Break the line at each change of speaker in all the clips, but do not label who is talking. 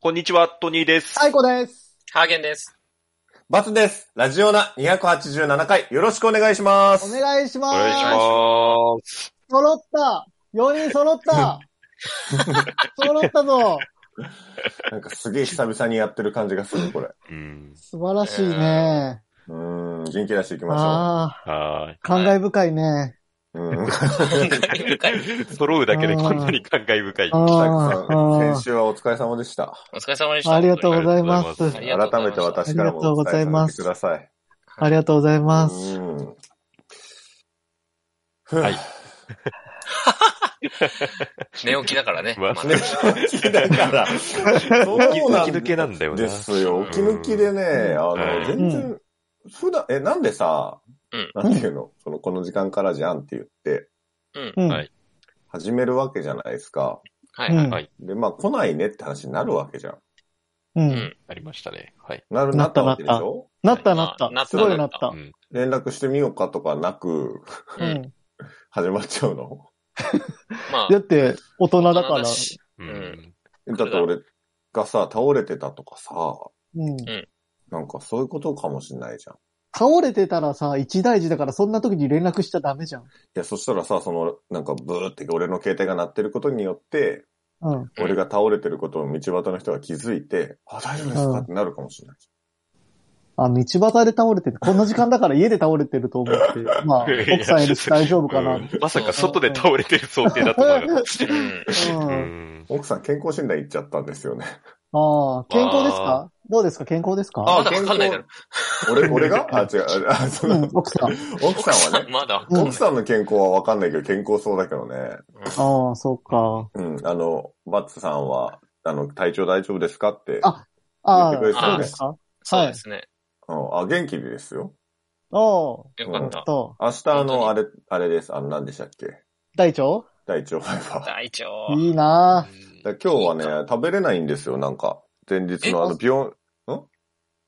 こんにちは、トニーです。
最高です。
ハーゲンです。
バツです。ラジオナ287回、よろしくお願いします。
お願いします。
お願いします。
揃った。4人揃った。揃ったぞ。
なんかすげえ久々にやってる感じがする、これ。
うん。
素晴らしいね。
うーん、元気出していきま
ああ、
は
感慨深いね。
しょう。うん。
ーい。揃うだけでこんなに感慨深い。
あ
たくさん
あ
先週はお疲れ様でした。
お疲れ様でし
あ
た。
ありがとうござい
ありがとう
ま
ござい
す
ます
あ。りがとうござ
改
い
め
ま
て
す
私からもお伝えさせてください。
ありがとうございます。
うん。
はい。
寝起きだからね。
まあ
まだ
ね、起きだから。そうなん
起き抜けなんだよな
ですよ。起き抜きでね、あ
はい
の、全
う
然、普段、え、なんでさ
うん、
なんていうのその、この時間からじゃんって言って、
うん。
はい
始めるわけじゃないですか。
はいはい。
はい。
で、まあ、来ないねって話になるわけじゃん。
う
うんん。
ありましたね。はい。
なる、
なっ
なったたわけでしょ
なったな
まあ
った。
なった
すごいなった
う。ん。
連絡してみようかとかなく、
う
うんん。
始まっちゃうの
まあ、
だって、大人だから
大人だ。し
うんん。
だって俺がさ、倒れてたとかさ、
うん。
なんかそういうことかもしんないじゃん。い
倒れてたらさ、一大事だからそんな時に連絡しちゃダメじゃん。
や、そしたらさ、その、なんかブーって俺の携帯が鳴ってることによって、
うん。
うん
俺が倒れてることを道端の人が気づいて、あ、大丈夫ですかってなるかもしれない。
あ、道端で倒れてる。こんな時間だから家で倒れてると思って。まあ、奥さんいるし大丈夫かな。
うんまさか外で倒れてる想定だと思うよ。
うん
う。
うんん。
奥さん健康診断行っちゃったんですよね。
ああ、健康です
わ
かどうですか健康ですか
あまだわかんないだろ
俺、俺があ、違う、あ、そうの
ん、奥さん。
奥さんはね、
まだわかんない
奥さんの健康はわかんないけど、健康そうだけどね。
ああ、そうか。
うん、あの、バッツさんは、あの、体調大丈夫ですかって。
あああ、
言ってくれてた
そ
ね
うですか
そうですね。
うんあ、元気ですよ。
ああ、よ
よかっ。
かったた。
明日、あ
本当に
の、あれ、あれです。あの、何でしたっけ
大腸
大腸ファイバー。だか
大腸。
いいなあ
ら今日はね、食べれないんですよ、なんか。前日のあの、病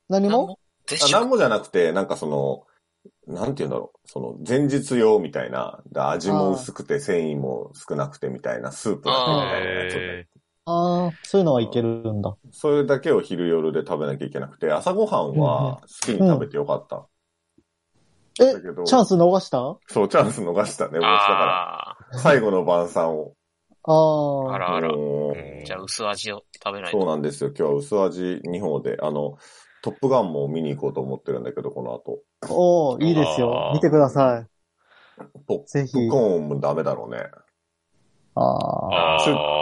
何
何
も
もで
あ、
し
なん
ょ
もじゃなくて、なんかその、なんて言うんだろう。その、前日用みたいな、だ味も薄くて、繊維も少なくてみたいな、スープだけみたいなやつをね
え
ああ、そういうのはいけるんだ。
それだけを昼夜で食べなきゃいけなくて、朝ごはんは好きに食べてよかった。
え
だけど、
チャンス逃したあ
そう、チャンス逃したね、もうだか
あ
ら。最後の晩餐を。
あ。あ
あ。
らあら。
もう
ー
じゃあ、薄味を食べない
そう
と。
なんですよ。今日は薄味2本で、あの、トップガンも見に行こうと思ってるんだけど、この後。
おおいいですよ
あ。あ
見てくださ
ポッ
い。ぜひ。
プコーンもダメだろうね。
ああ。
あ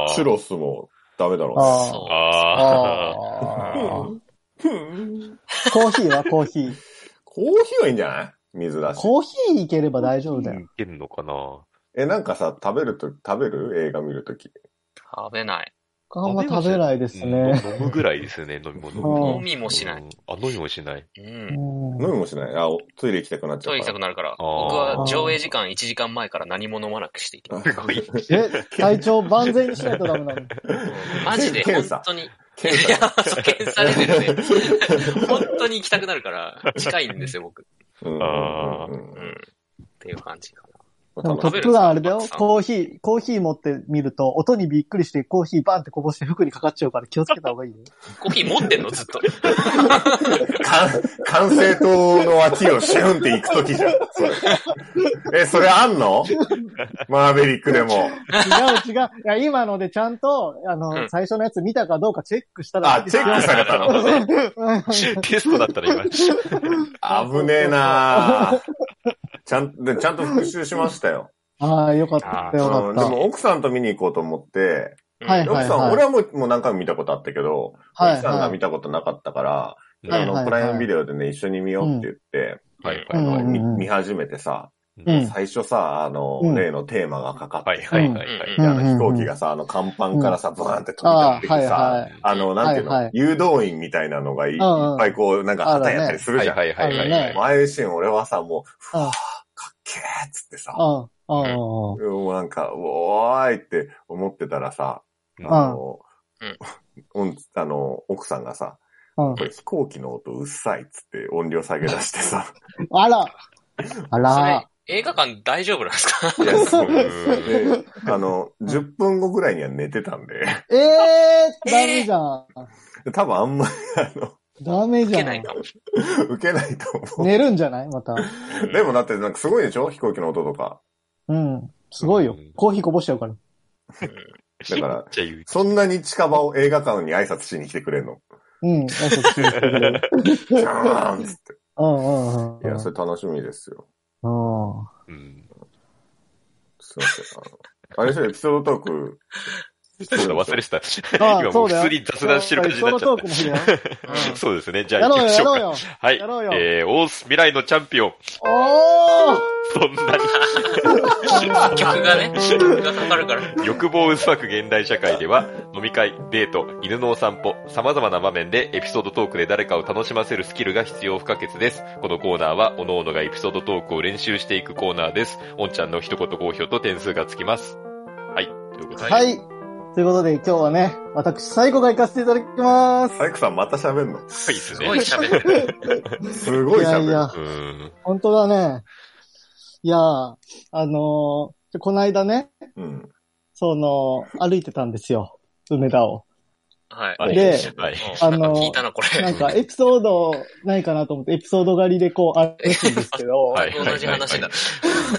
ー
チュロスもダメだろうね。
あ
そ
あ。
あー。
ああ
うんうん
コーヒーはコーヒー。
コーヒーはいいんじゃない水だし。
コーヒーいければ大丈夫だよ。
いけるのかな
え、なんかさ、食べると、食べる映画見るとき。
う。食べない。
あんま食べないですね。
うん飲むぐらいですね、飲み
うん
物。
飲みもしない。
うん。あ、飲みもしない。
うん。
うん
飲みもしないあ、おトイレ行きたくなっちゃ
ト
う
イレ
か
行きたく
ら。
なるから、
あー
僕は上映時間1時間前から何も飲まなくしていきます。
すごい。
え、体調万全にしないとダメなの。
マジで、
検査
本当に。い
検査
や、検査レベルで。本当に行きたくなるから、近いんですよ、僕。
うん
あー
うん
うん。っていう感じか
でもト
楽し
ップガンあれだよ
食べるんです。か
コーヒー、コーヒー持ってみると、音にびっくりしてコーヒーバンってこぼして服にかかっちゃうから気をつけた方がいいよ。
な。コーヒー持ってんのずっと。
管制塔の脇をシュンって行くときじゃん。それえ、それあんのマーベリック でも。
違う違う。いや、今のでちゃんと、あ
う
の、
ん
最初のやつ見たかどうかチェックしたらい
あ
い、で
チ
す
ェ
よ。
ックされたの
テストだった ら今。
危ねえなあちゃんと、でちゃんと復習しましたよ。
ああ、よかった、よか
うん
っ
で
た。
も奥さんと見に行こうと思って、
はい
奥さん、
はい
俺はもうもう何回も見たことあったけど、
はい
奥さんが見たことなかったから、
は
あ
いはい
の、プライムビデオでね、一緒に見ようって言って、
はい
うん
あ
う
の
ん
見
うん
見始めてさ、
うん
最初さ、あの、
うん
例のテーマがかかって
はいはいはいはい。
であの
うんうんうん
飛行機がさ、あの、甲板からさ、ブーンって飛び立
あ
っ
あ、
てき
は
て
い
さ、
はい。
あの、なんていう
はいはい、
の誘導員みたいなのがいいっ
うんうん
ぱいこう、なんか旗やったりする
は
じ
い
ゃん。
はいはいはい
あのね
もうああいうシーン俺はさ、もう、ふ
うん
わー、かっけーっつってさ、
ああ、ああ、
もうなんか、おーいって思ってたらさ、あの、うんあの、奥さんがさ、
あ
これ飛行機の音うっさいっつって音量下げ出してさ、
あ。あら。あ
そ
ら
れ。、映画館大丈夫なんですか
いや、そうで
う
す。であの、10分後ぐらいには寝てたんで、
ええー、ダメじゃん。
多分あんまり、あの、
ダメじ
受
ゃ
け
ん。
ないかもし
受けないと思
寝るんじゃないまた。
れ
う。
ない。
でもだってなんかすごいでしょ飛行機の音とか。
うん。すごいよ
うん。
コーヒーこぼしちゃうから。
だから
じゃあ言う。
そんなに近場を映画館に挨拶しに来てくれんの。
うん。あそう注意してくれる
じゃーんっつっ
うんうんうん。
て。いや、それ楽しみですよ。
うん。
うん。
すいません。あのあれですよ、エピソードトーク。
そうだ、忘れてた。
あ
今
そ
もう
うだよ
普通に雑談してる感じになっちゃっ
そうだよそのトークの日だよ
た。そうですね。じ
うん
ゃあ
や
行
ろ
き
う
ましょう
よ、やろう
か。
よ。
はい。
やろうよ
えー、オース未来のチャンピオン。
おー
そんなに
曲がね、曲がかかるから。
欲望を渦巻く現代社会では、飲み会、デート、犬のお散歩、様々な場面でエピソードトークで誰かを楽しませるスキルが必要不可欠です。このコーナーは、各々がエピソードトークを練習していくコーナーです。おんちゃんの一言好評と点数がつきます。はい。ということで。
はい。ということで今日はね、私、最後が行かせていただきます。
サイクさんまた喋んの
すごいです
す
ね。
ごい喋ってる。
すごい
や
喋る。
いや
う、ーん。
本当だね。いやー、あのー、この間ね、
うん。
その、歩いてたんですよ。梅田を。
はい。
はい
で
はい。
あ
あの
の、聞いたな、これ。
なんか、エピソードないかなと思って、エピソード狩りでこう、歩くんですけど、
はい
同じ話だ。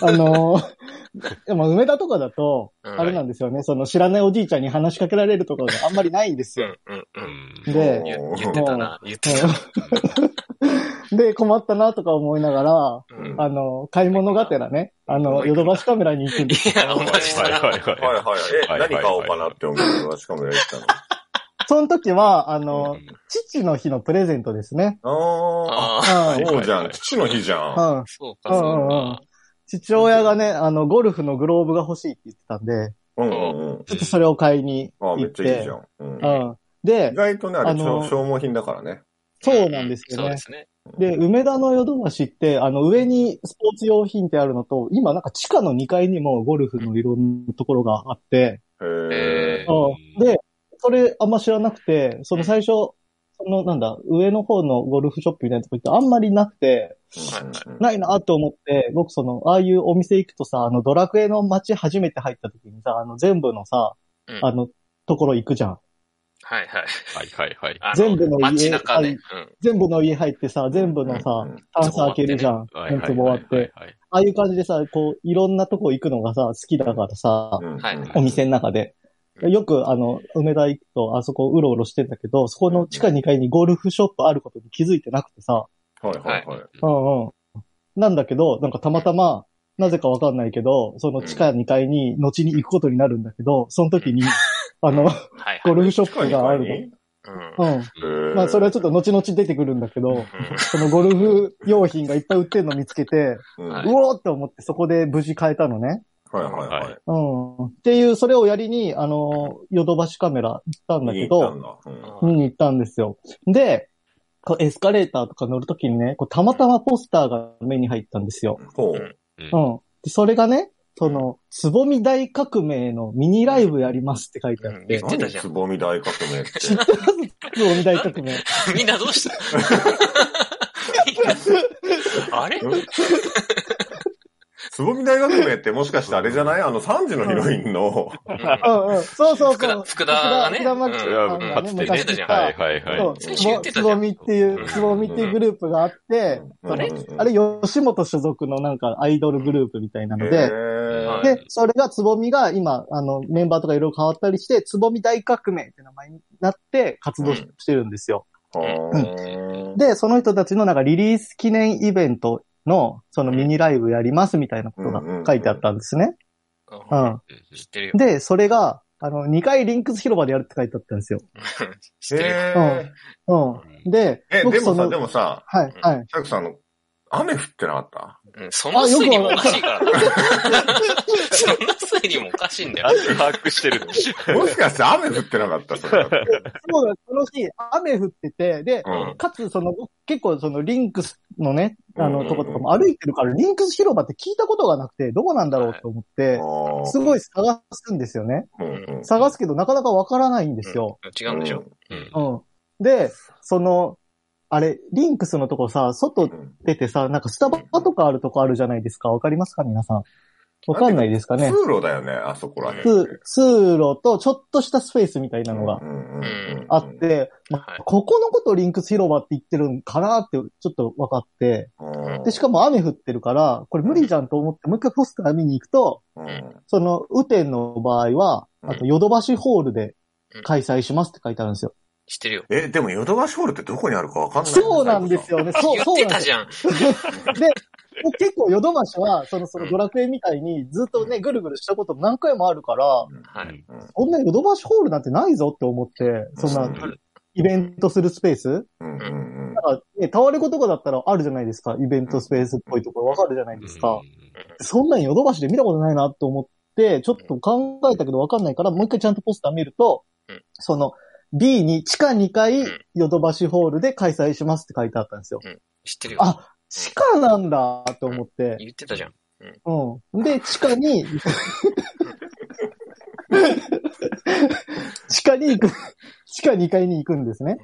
あのー、でも梅田とかだと、
うん
あれなんですよね、その知らないおじいちゃんに話しかけられるところがあんまりないんです
う
よ。
んうんう。
うんん。
で、
言言ってたな、言ってたな。
うんで、困ったなとか思いながら、
うん
あの、買い物がてらね、あの、ヨドバシカメラに行くんです。
いや、同じ
は
だ
い
な。
はい
はいはい
は
は
はい
い。え、
はいはい
何買おうかなって思うのしかもやったの。
その時は、あの、
い。
父の日のプレゼントですね。
あ
あ
う
あ、
ー、
ん
い
そうじゃん。父の日じゃん。
うん
そうか、そうか。
父親がね、あの、ゴルフのグローブが欲しいって言ってたんで、
うんうんうん。
ちょっとそれを買いに
あ
行
ーめっ
っ
ちゃいい
て
じゃ。ん。うん。
うん。
意
で、
外とね、あ
あ
れ、ちょ
の
消耗品だからね。
そうなんですよ
そう
ね
で。すね。
で、梅田のヨドバシって、あの、上にスポーツ用品ってあるのと、今なんか地下の2階にもゴルフのいろんなところがあって、
へ
え
え。
うんで、それあんま知らなくて、その最初、そのなんだ、上の方のゴルフショップみたいなとこ行ってあんまりなくて、
うん
ないなと思って、僕その、ああいうお店行くとさ、あの、ドラクエの街初めて入った時にさ、あの、全部のさ、
うん
あの、ところ行くじゃん。
はいはい。
はいはいはい。
あ
全部の家
街中ね。
全部の家入ってさ、全部の
う
さ
ん、
タンス開けるじゃん。
はいはい
全部終わっ
はい
て。
はい
ああいう感じでさ、こう、いろんなとこ行くのがさ、好きだからさ、
うん
はい
うん
お店の中で。よく、あの、梅田行くと、あそこうろうろしてんだけど、そこの地下2階にゴルフショップあることに気づいてなくてさ、
はいはいはい。
うんうん。なんだけど、なんかたまたま、なぜかわかんないけど、その地下2階に後に行くことになるんだけど、その時に、あの、
はいはい。
ゴルフショップがあ
近い
る
う
に
ん
の。うん。まあ、それはちょっと後々出てくるんだけど、そのゴルフ用品がいっぱい売ってるの見つけて、
うん
は
は
いう
い
うんおーって思ってそこで無事変えたのね。
はいはい。
うん。っていう、それをやりに、あの、ヨドバシカメラ行ったんだけど、
見に行っ
見に行ったんですよ。で、こうエスカレーターとか乗るときにね、こうたまたまポスターが目に入ったんですよ
たん。だ。うんほ
うん
う。
うん
うん。で、それがね、その、つぼみ大革命のミニライブやりますって書いてあって、
うん言ってたじ
何
ゃん
つぼみ大革命って。
つぼみ大革命。
みんなどうした あれ
つぼみ大革命ってもしかしてあれじゃないあの3時のヒロインの、
うんうん。そうそう
福
そう
田。福田がね
福田真
い
紀さ
やか
んがね、
つて
昔
ね
い。た。
はいはいはい。
そう、
先
つ
週言っ
ぼ
て
つ
たじゃ
ぼ
ん
みっていうう、
ん
つぼみっていうグループがあって、
うん
あれ
うん
あれ、吉本所属のなんかアイドルグループみたいなので、
へー
はい
で、それがつぼみが今、あの、メンバーとかいろいろ変わったりして、つぼみ大革命って名前になって活動してるんですよ。
は
で、その人たちのなんかリリース記念イベントの、そのミニライブやりますみたいなことが書いてあったんですね。う
うん
ん。
知ってるよ。
で、それが、あの、2回リンクス広場でやるって書いてあったんですよ。
知
ー
ってるよ。
へ
う
ー
んうん。で、
え、で
僕そ
もさ、
の
でもさ、
はい、はい。
シャクさんの、雨降ってなかった
うんその推理もおかしいからな。 その推理もおかしいんだ
あ
よ。
把握して る。
もしかして雨降ってなかったそれだって
そうだ、その日、雨降ってて、で、
うん
かつ、その、僕結構そのリンクスのね、あ
うんうん
の、
うん
とことかも歩いてるから、リンクス広場って聞いたことがなくて、どこなんだろうと思って、
あー
すごい探すんですよね。
うんうん
探すけど、なかなかわからないんですよ。
違うんでしょ
うん。で、その、あれ、リンクスのとこさ、外
うん
出てさ、なんかスタバとかあるとこあるじゃないですか。わかりますか皆さん。わかんないですかね。
通路だよね、あそこら辺。
通、通路とちょっとしたスペースみたいなのが
うんうんうんうん
あっ、て、ま
はい
ここのことをリンクス広場って言ってるんかなってちょっと分かって、
うん
で、しかも雨降ってるから、これ無理じゃんと思って、もう一回ポスター見に行くと、
うん
その、雨天の場合は、あと、ヨドバシホールで開催しますって書いてあるんですよ。
知ってるよ。
え、でもヨドバシホールってどこにあるかわかんない。
そうなんです。よね。そう、
言 っ
そう
て
なん
た
です
じ
よ。
ゃん。
結構、ヨドバシは、その、そのドラクエみたいに、ずっとね、ぐるぐるしたことも何回もあるから、
はい。
こんなヨドバシホールなんてないぞって思って、そん
う、
なんイベントするスペース
うんうんうん
だから、ね、タワレコとかだったらあるじゃないですか。イベントスペースっぽいところわかるじゃないですか。そんなんヨドバシで見たことないなと思って、ちょっと考えたけどわかんないから、もう一回ちゃんとポスター見ると
うん、
その B に地下2階
うん
ヨドバシホールで開催しますって書いてあったんですよ。
知ってるよ。
あ、地下なんだと思って。
言ってたじゃん。
うん。で、地下に、地下に行く、地下2階に行くんですね。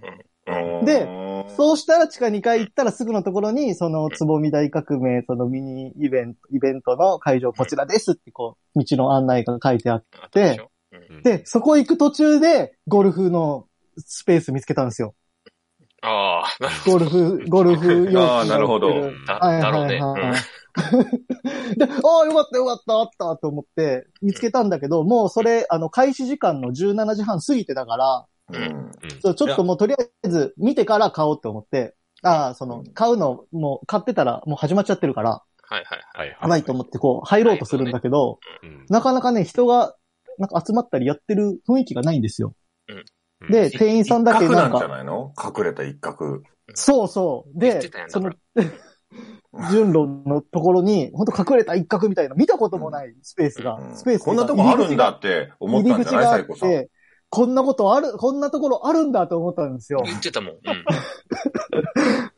うん。
で
うん、
そうしたら地下2階行ったらすぐのところに、その、つぼみ大革命、そのミニイベント、イベントの会場こちらですって、こう、道の案内が書いてあっ
あったでしょ
て、そこ行く途中で、ゴルフのスペース見つけたんですよ。
ああ、なる
ゴル フ、ゴルフ用品
あーなるほど
売って
うん
だ
はい
だろう
は
ね
い。はい。 で、ああ、よかったよかった、あったと思って見つけたんだけど、もうそれ、あの、開始時間の17時半過ぎてたから、
うん
そうちょっともうとりあえず見てから買おうと思って、ああ、その、買うの、もう買ってたらもう始まっちゃってるから、
はいはいはい。
はいはい。
やばいと思ってこう入ろうとするんだけど、
うん。
なかなかね、人が、なんか集まったりやってる雰囲気がないんですよ。
うん
で、、店員さんだけ
一角
な
なんんじ
か、
ゃないの隠れた一角。
そうそう。
言
で
ってたや、ん
その
だ、
順路のところに、ほんと隠れた一角みたいな、見たこともないスペースが
う、ん
スペース
こんなとこあるんだって
入
思っ
り
たんじ
口
ゃない
があ
サイ
っ
コさん。
て、こんなことある、こんなところあるんだと思ったんですよ。
言ってたもん。うん。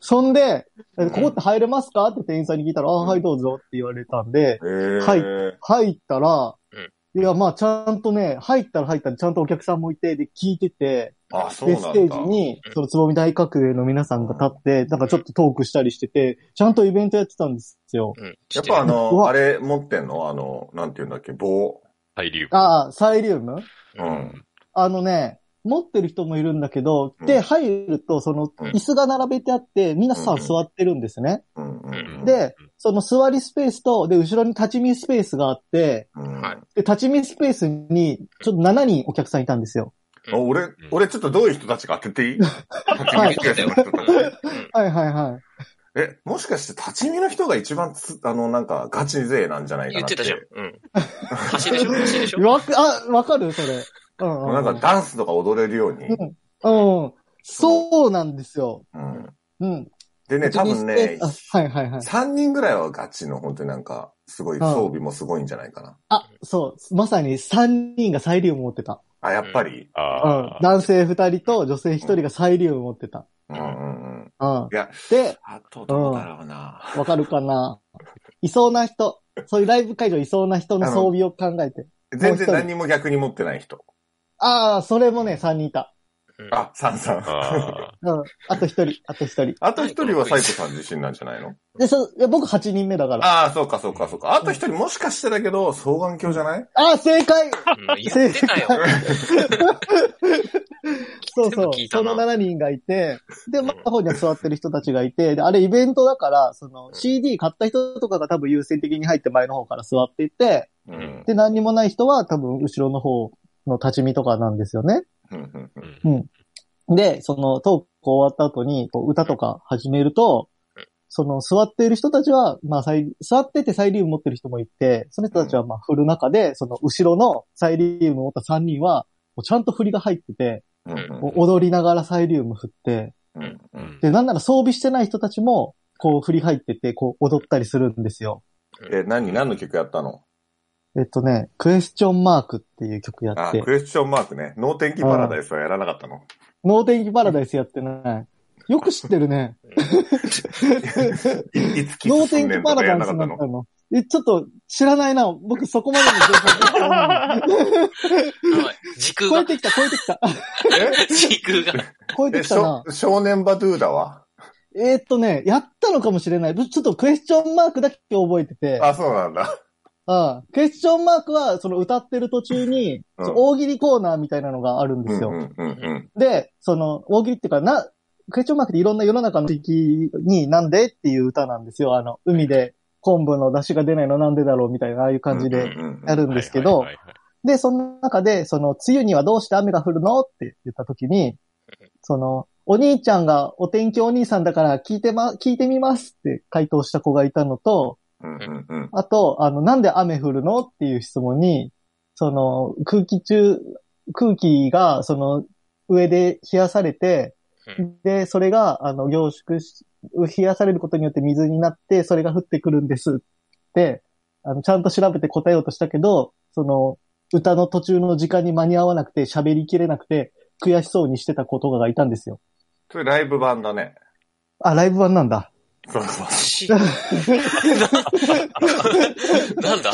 そんで、
うん
ここって入れますかって店員さんに聞いたら、あ
うん
はい、どうぞって言われたんで、
へー
はい入ったら、
うん
いや、まあ、ちゃんとね、入ったら入ったら、ちゃんとお客さんもいて、で、聞いてて、
あ、そう
で、
な
ス
ん
テー
だ
ジ。に、その、つぼみ大学営の皆さんが立って、なんかちょっとトークしたりしてて、ちゃんとイベントやってたんですよ。
うん
やっぱあ、
う
の、
わ
あれ持ってんのあの、なんていうんだっけ、棒。
対流。
ああ、サイリウム
う
うんん。
あのね、持ってる人もいるんだけど、
うん
で、入ると、その、
うん
椅子が並べてあって、みんなさ、
うん
座ってるんですね。
うんうんうん、
で、その座りスペースと、で、後ろに立ち見スペースがあって、
うん
はい
で、立ち見スペースに、ちょっと7人お客さんいたんですよ。
あ俺、俺ちょっとどういう人たちか当てていい
はい
立ち見スペースの人たち
はいはいはい。
え、もしかして立ち見の人が一番つ、あの、なんか、ガチ勢なんじゃないか
言
な
っ
って。
てたじゃん。うん。橋でしょ橋でしょ
わか、あ、わかるそれ。うん、
も
う。
うんなんかダンスとか踊れるように。
うんうん。そうなんですよ。
うん。
うん。
でね、多分ね
立ち見、スペースあはいはいはい。
3人ぐらいはガチの、本当になんか、すごい、装備もすごいんじゃないかな。
あ、そう。まさに3人がサイリウム持ってた。
あ、やっぱり。
うん
あ。あ。
男性2人と女性1人がサイリウム持ってた。
うんうんうん。
うん。
いや、
で、
あとどうだろうな。
わかるかないそうな人。そういうライブ会場いそうな人の装備を考えて。
全然何も逆に持ってない人。
ああ、それもね、3人いた。
うん
あ、サンさん。
あ
うん。あと1人、あと1人。
あと一人はサイコさん自身なんじゃないの
で、そ、いや僕8人目だから。あ
ああ、そうかそうかそうか。あと一人もしかしてだけど、双眼鏡じゃない
あー、正解
うん言ってたよ。
そう
全
そ
部
う
聞い。た
そ
な
の7人がいて、で、真ん中には座ってる人たちがいて、で、あれイベントだから、その CD 買った人とかが多分優先的に入って前の方から座っていて、
うんん。
で、何にもない人は多分後ろの方の立ち見とかなんですよね。
うん
ー。
で、そのトーク終わった後にこう歌とか始めると
うん、
その座っている人たちは、まあ、サイ座っててサイリウム持ってる人もいて、その人たちはまあ振る中で、その後ろのサイリウム持った3人は、もうちゃんと振りが入ってて、
うんうん
もう踊りながらサイリウム振って、
うんう。
うんん。
で、なんなら装備してない人たちも、こう振り入ってて、こう踊ったりするんですよ。
え、何何の曲やったの
えっとね、クエスチョンマークっていう曲やっ
あ、
て
ク、エスチョンマークね。脳天気パラダイスはやらなかったの
ノー天気パラダイスやってない。よく知ってるね。
いいつキ
ノー
スす
天
んね
気
んと
パ
か
ラ
や
ダイ
らな
ス
かっ
な
た
ん
の
たの。え、ちょっと知らないな。僕そこまでの情報がない
やばい時空
超え
が、
てきた、超えてきた。
え
時空が。
超えて
え
き
した
な
ょ。少年バドゥーダは
えーっとね、やったのかもしれない。ちょっとクエスチョンマークだけ覚えてて。
あ、そうなんだ。
ああクエスチョンマークは、その歌ってる途中に、
うん
そう大喜利コーナーみたいなのがあるんですよ。
うんうんうん
で、その、大喜利っていうか、な、クエスチョンマークっていろんな世の中の地域になんでっていう歌なんですよ。あの、海で昆布の出汁が出ないのなんでだろうみたいな、ああいう感じ
う
で
んうんうん
やるんですけど
はいは、いはいはい
で、その中で、その、梅雨にはどうして雨が降るのって言った時に、その、お兄ちゃんがお天気お兄さんだから聞いてま、聞いてみますって回答した子がいたのと、
うんうんうん
あと、あの、なんで雨降るのっていう質問に、その、空気中、空気が、その、上で冷やされて
う、
で、それが、あの、凝縮し、冷やされることによって水になって、それが降ってくるんですって、あの、ちゃんと調べて答えようとしたけど、その、歌の途中の時間に間に合わなくて、喋りきれなくて、悔しそうにしてた子とかがいたんですよ。
それライブ版だね。
あ、ライブ版なん だ。
そうそう。
しななんだ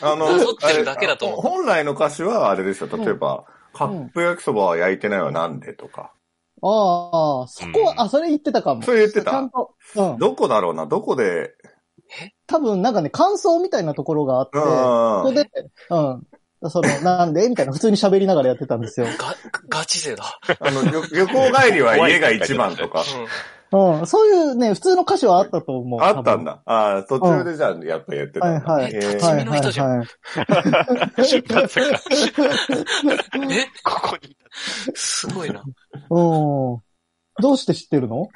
あ
なぞってるだけだと思う
あれ本来の歌詞はあれですよ。例えば、カップ焼きそばは焼いてないはなんでとか。
ああ、そこは、
うん
あ、それ言ってたかも。
それ言ってた
ちゃんと、うん。
どこだろうな、どこで、
多分なんかね、感想みたいなところがあって、
うん
そ
うんう
こ
ん。
で、うん。その、なんでみたいな、普通に喋りながらやってたんですよ。
ガ、ガチ勢だ。
あの、旅旅行帰りは家が一番とか。
うん。そういうね、普通の歌詞はあったと思う。
あったん
だ。
だ。ああ、途中でじゃあ、やっぱやってたんだ。
はいはい
へ
立
ー
ち見の人じゃん
はいはい
まさか、
うんえ
ここにいた。
すごいな。
うん。どうして知ってるの
うん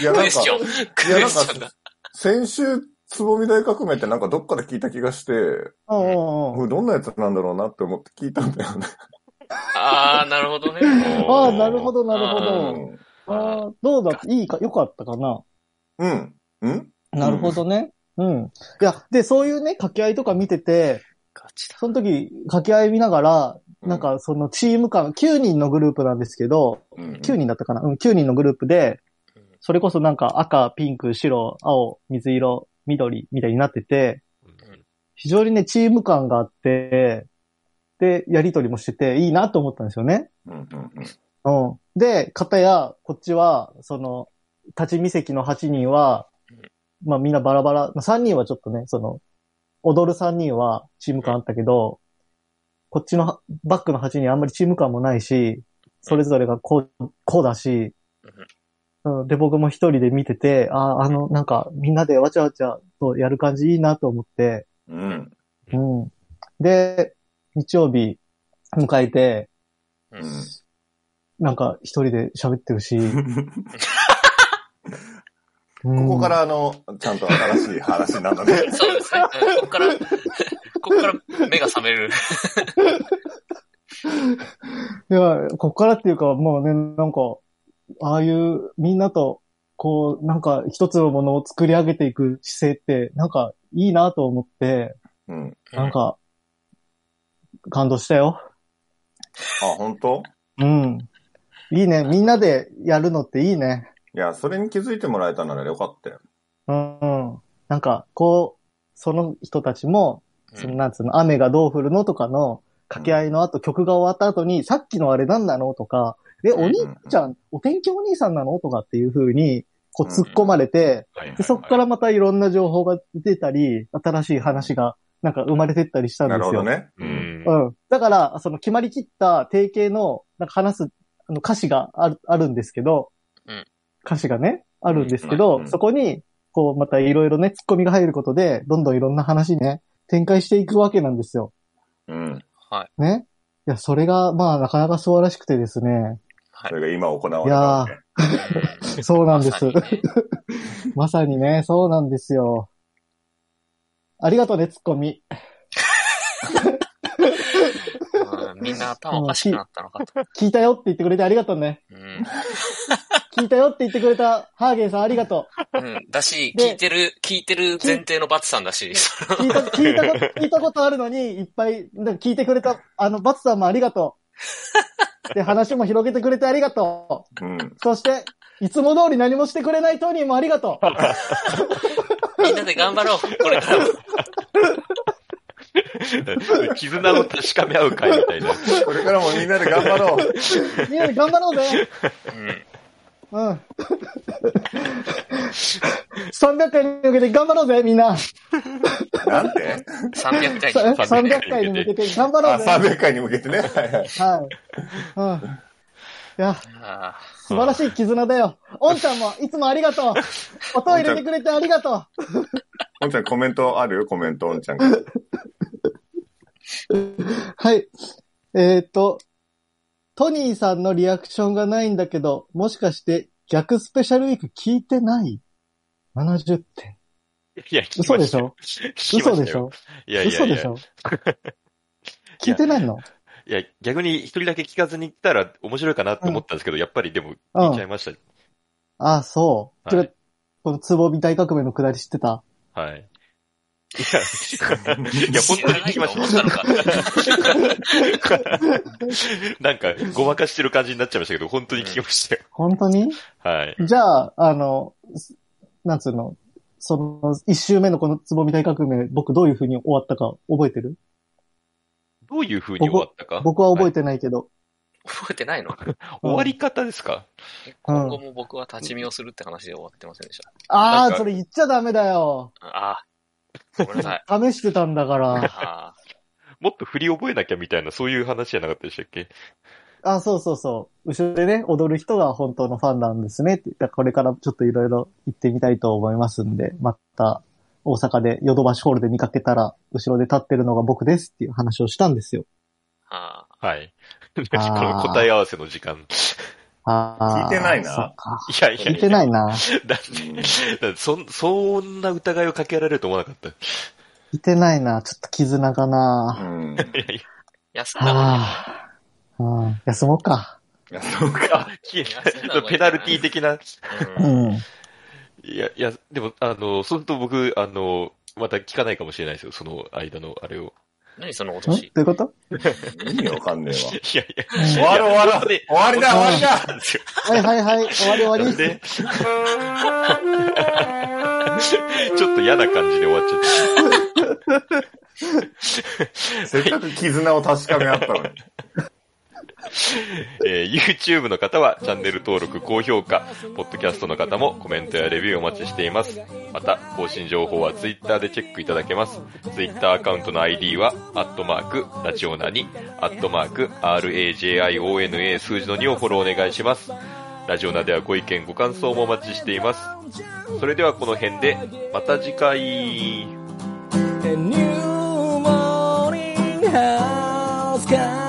いや、
ク
なん
エス
か
チ、ョン。
いや
ク
な
エ
んか
スチョンだ。
先週、つぼみ大革命ってなんかどっかで聞いた気がして、
うんうんうん
こ。れどんなやつなんだろうなって思って聞いたんだよね。
あー、なるほどね。
ああ、なるほど、なるほ
う
ど。
ん。
ああ、どうだいいか、よかったかな。
うん。うん
なるほどね。うん。いや、で、そういうね、掛け合いとか見てて、
ガチだ。
その時、掛け合い見ながら、なん、かそのチーム感、9人のグループなんですけど、9
に。
人だったかなうん、9人のグループで
うん、
それこそなんか赤、ピンク、白、青、水色、緑みたいになってて、非常にね、チーム感があって、で、やりとりもしてて、いいなと思ったんですよね。
うんうんうん
うん。で、片や、こっちは、その、立ち見席の8人は、まあみんなバラバラ、まあ3人はちょっとね、その、踊る3人はチーム感あったけど、こっちのバックの8人あんまりチーム感もないし、それぞれがこう、こうだし、うん、で、僕も一人で見てて、ああ、あの、なんか、みんなでわちゃわちゃとやる感じいいなと思って、
うん。
うん。で、日曜日迎えて、
う
うん。
ん。
なんか一人で喋ってる し、
ここか
うん、
ら、あの、ちゃんと新しい話なので
そうですね。うんこっから、 こっから目が覚める。
いや、ここからっていうか、もうね、なんか、ああいう、みんなと、こう、なんか一つのものを作り上げていく姿勢って、なんかいいなと思って、
うん。
なんか、感動したよ。
あ、本当
うん。いいね。みんなでやるのっていいね。
いや、それに気づいてもらえたならよかったよ。
うんうん。なんか、こう、その人たちも、
うん
その、なんつうの、雨がどう降るのとかの掛け合いの後、曲が終わった後に、さっきのあれなんなのとか、で、
うん
お
うん
兄ちゃん、お天気お兄さんなのとかっていう風に、こう突っ込まれて、
はいはいは
で
い
そっからまたいろんな情報が出たり、新しい話が、なんか生まれてったりしたんで
な
すよ。
るほどね。
う
うん
ん。
うん。だから、その決まりきった定型の、なんか話す、あの歌詞がある、あるんですけど、
うん
歌詞がね、あるんですけ
うん
ど
う、ん
そこに、こう、またいろいろね、ツッコミが入ることで、どんどんいろんな話ね、展開していくわけなんですよ。
うん。
ね。いや、それが、まあ、なかなか素晴らしくてですね。
それが今行わ
い
れた
や
わけ。
ー、そうなんで
ますさ。にね
まさにね、そうなんですよ。ありがとうね、ツッコミ。
うんみんな頭おかしくなったのかと。
聞いたよって言ってくれてありがとうね。
うん
聞いたよって言ってくれたハーゲンさんありがとう。
うん。だし、
で
聞いてる、聞いてる前提のバツさん だし。
聞いた、聞いたこと、聞いたことあるのに、いっぱい、なんか聞いてくれた、あの、バツさんもありがとう。で、話も広げてくれてありがとう。
うん。
そして、いつも通り何もしてくれないトニーもありがとう。
みんなで頑張ろう。これからも。
絆を確かめ合う会みたいな。
これからもみんなで頑張ろう。
みんなで頑張ろうぜ。
うん。
うん。300回に向けて頑張ろうぜ、みんな。
なんて
300回
さ
に。
300回に向けて頑張ろ
あ、
うぜ。
300回に向けてね。はいはい。
はい。うん。いや、
あ
素晴らしい絆だよ。おんちゃんもいつもありがとう。音を入れてくれてありがとう。
おんちゃんコメントあるコメント、おんちゃんが。
はい。えーっと、トニーさんのリアクションがないんだけど、もしかして逆スペシャルウィーク聞いてない ?70 点。
いや、聞き
嘘
ま
で
し
したょ
よ。聞きま
嘘
し
で
た
し
よ。
ょ
いやいやい
嘘
や
でしょ聞いてないの
いや、逆に一人だけ聞かずに来たら面白いかなって思ったんですけど、やっぱりでも
うん
聞いちゃいました。
ああ、そう。てか
はい
このつぼみ大革命のくだり知ってた
はい。いや、
ー
いや、本当に聞きま
知 ら
し
ないと思ったのか。
た。なんか、ごまかしてる感じになっちゃいましたけど、本当に聞きましたよ。
本当に
はい。
じゃあ、あの、すなんつうの、その、一周目のこのつぼみ大革命、僕どういう風に終わったか覚えてる
どういう風に終わったか
僕は覚えてないけど。
覚えてないの
終わり方ですか
うん
今後も僕は立ち見をするって話で終わってませんでした。
な
あ
ん
あ、
か
それ言っちゃダメだよ。
ああ。ごめんなさい。
試してたんだ から。
あ
もっと振り覚えなきゃみたいな、そういう話じゃなかったでしたっけ
あ、そうそうそう。後ろでね、踊る人が本当のファンなんですねって。だからこれからちょっといろいろ行ってみたいと思いますんで、また大阪でヨドバシホールで見かけたら、後ろで立ってるのが僕ですっていう話をしたんですよ。
あ。ああ。
はい。この
あー
答え合わせの時間。い
あー
聞いてないな
そっか。
やいや
聞いてないな。
だって、だってそん、そんな疑いをかけられると思わなかった。
聞いてないな。ちょっと絆か
う
な。
ん。
い やい
安田は
ああ。うん。休もうか。
いや、そうか。
や、あ、消え た。ペナルティ的な。
う
うん
ん。
いや、いや、でも、あの、そうすると僕、あの、また聞かないかもしれないですよ、その間のあれを。
何その落
ん
と
ど
し。
ういうこと
意味わかんねえわ。
いやいや、
終わる終わる終わりだ終わりだ
なんですよ。
はいはいはい。終わり終わ
な
り
ん。で、ちょっと嫌な感じで終わっちゃっ
せっかく絆を確かめ合ったのに。
た。えー YouTube の方はチャンネル登録、高評価、ポッドキャストの方もコメントやレビューお待ちしています。また、更新情報は Twitter でチェックいただけます。Twitter アカウントの ID は、アットマーク、ラジオナに、アットマーク、RAJIONA 数字の2をフォローお願いします。ラジオナではご意見、ご感想もお待ちしています。それではこの辺で、また次回。
A new morning has come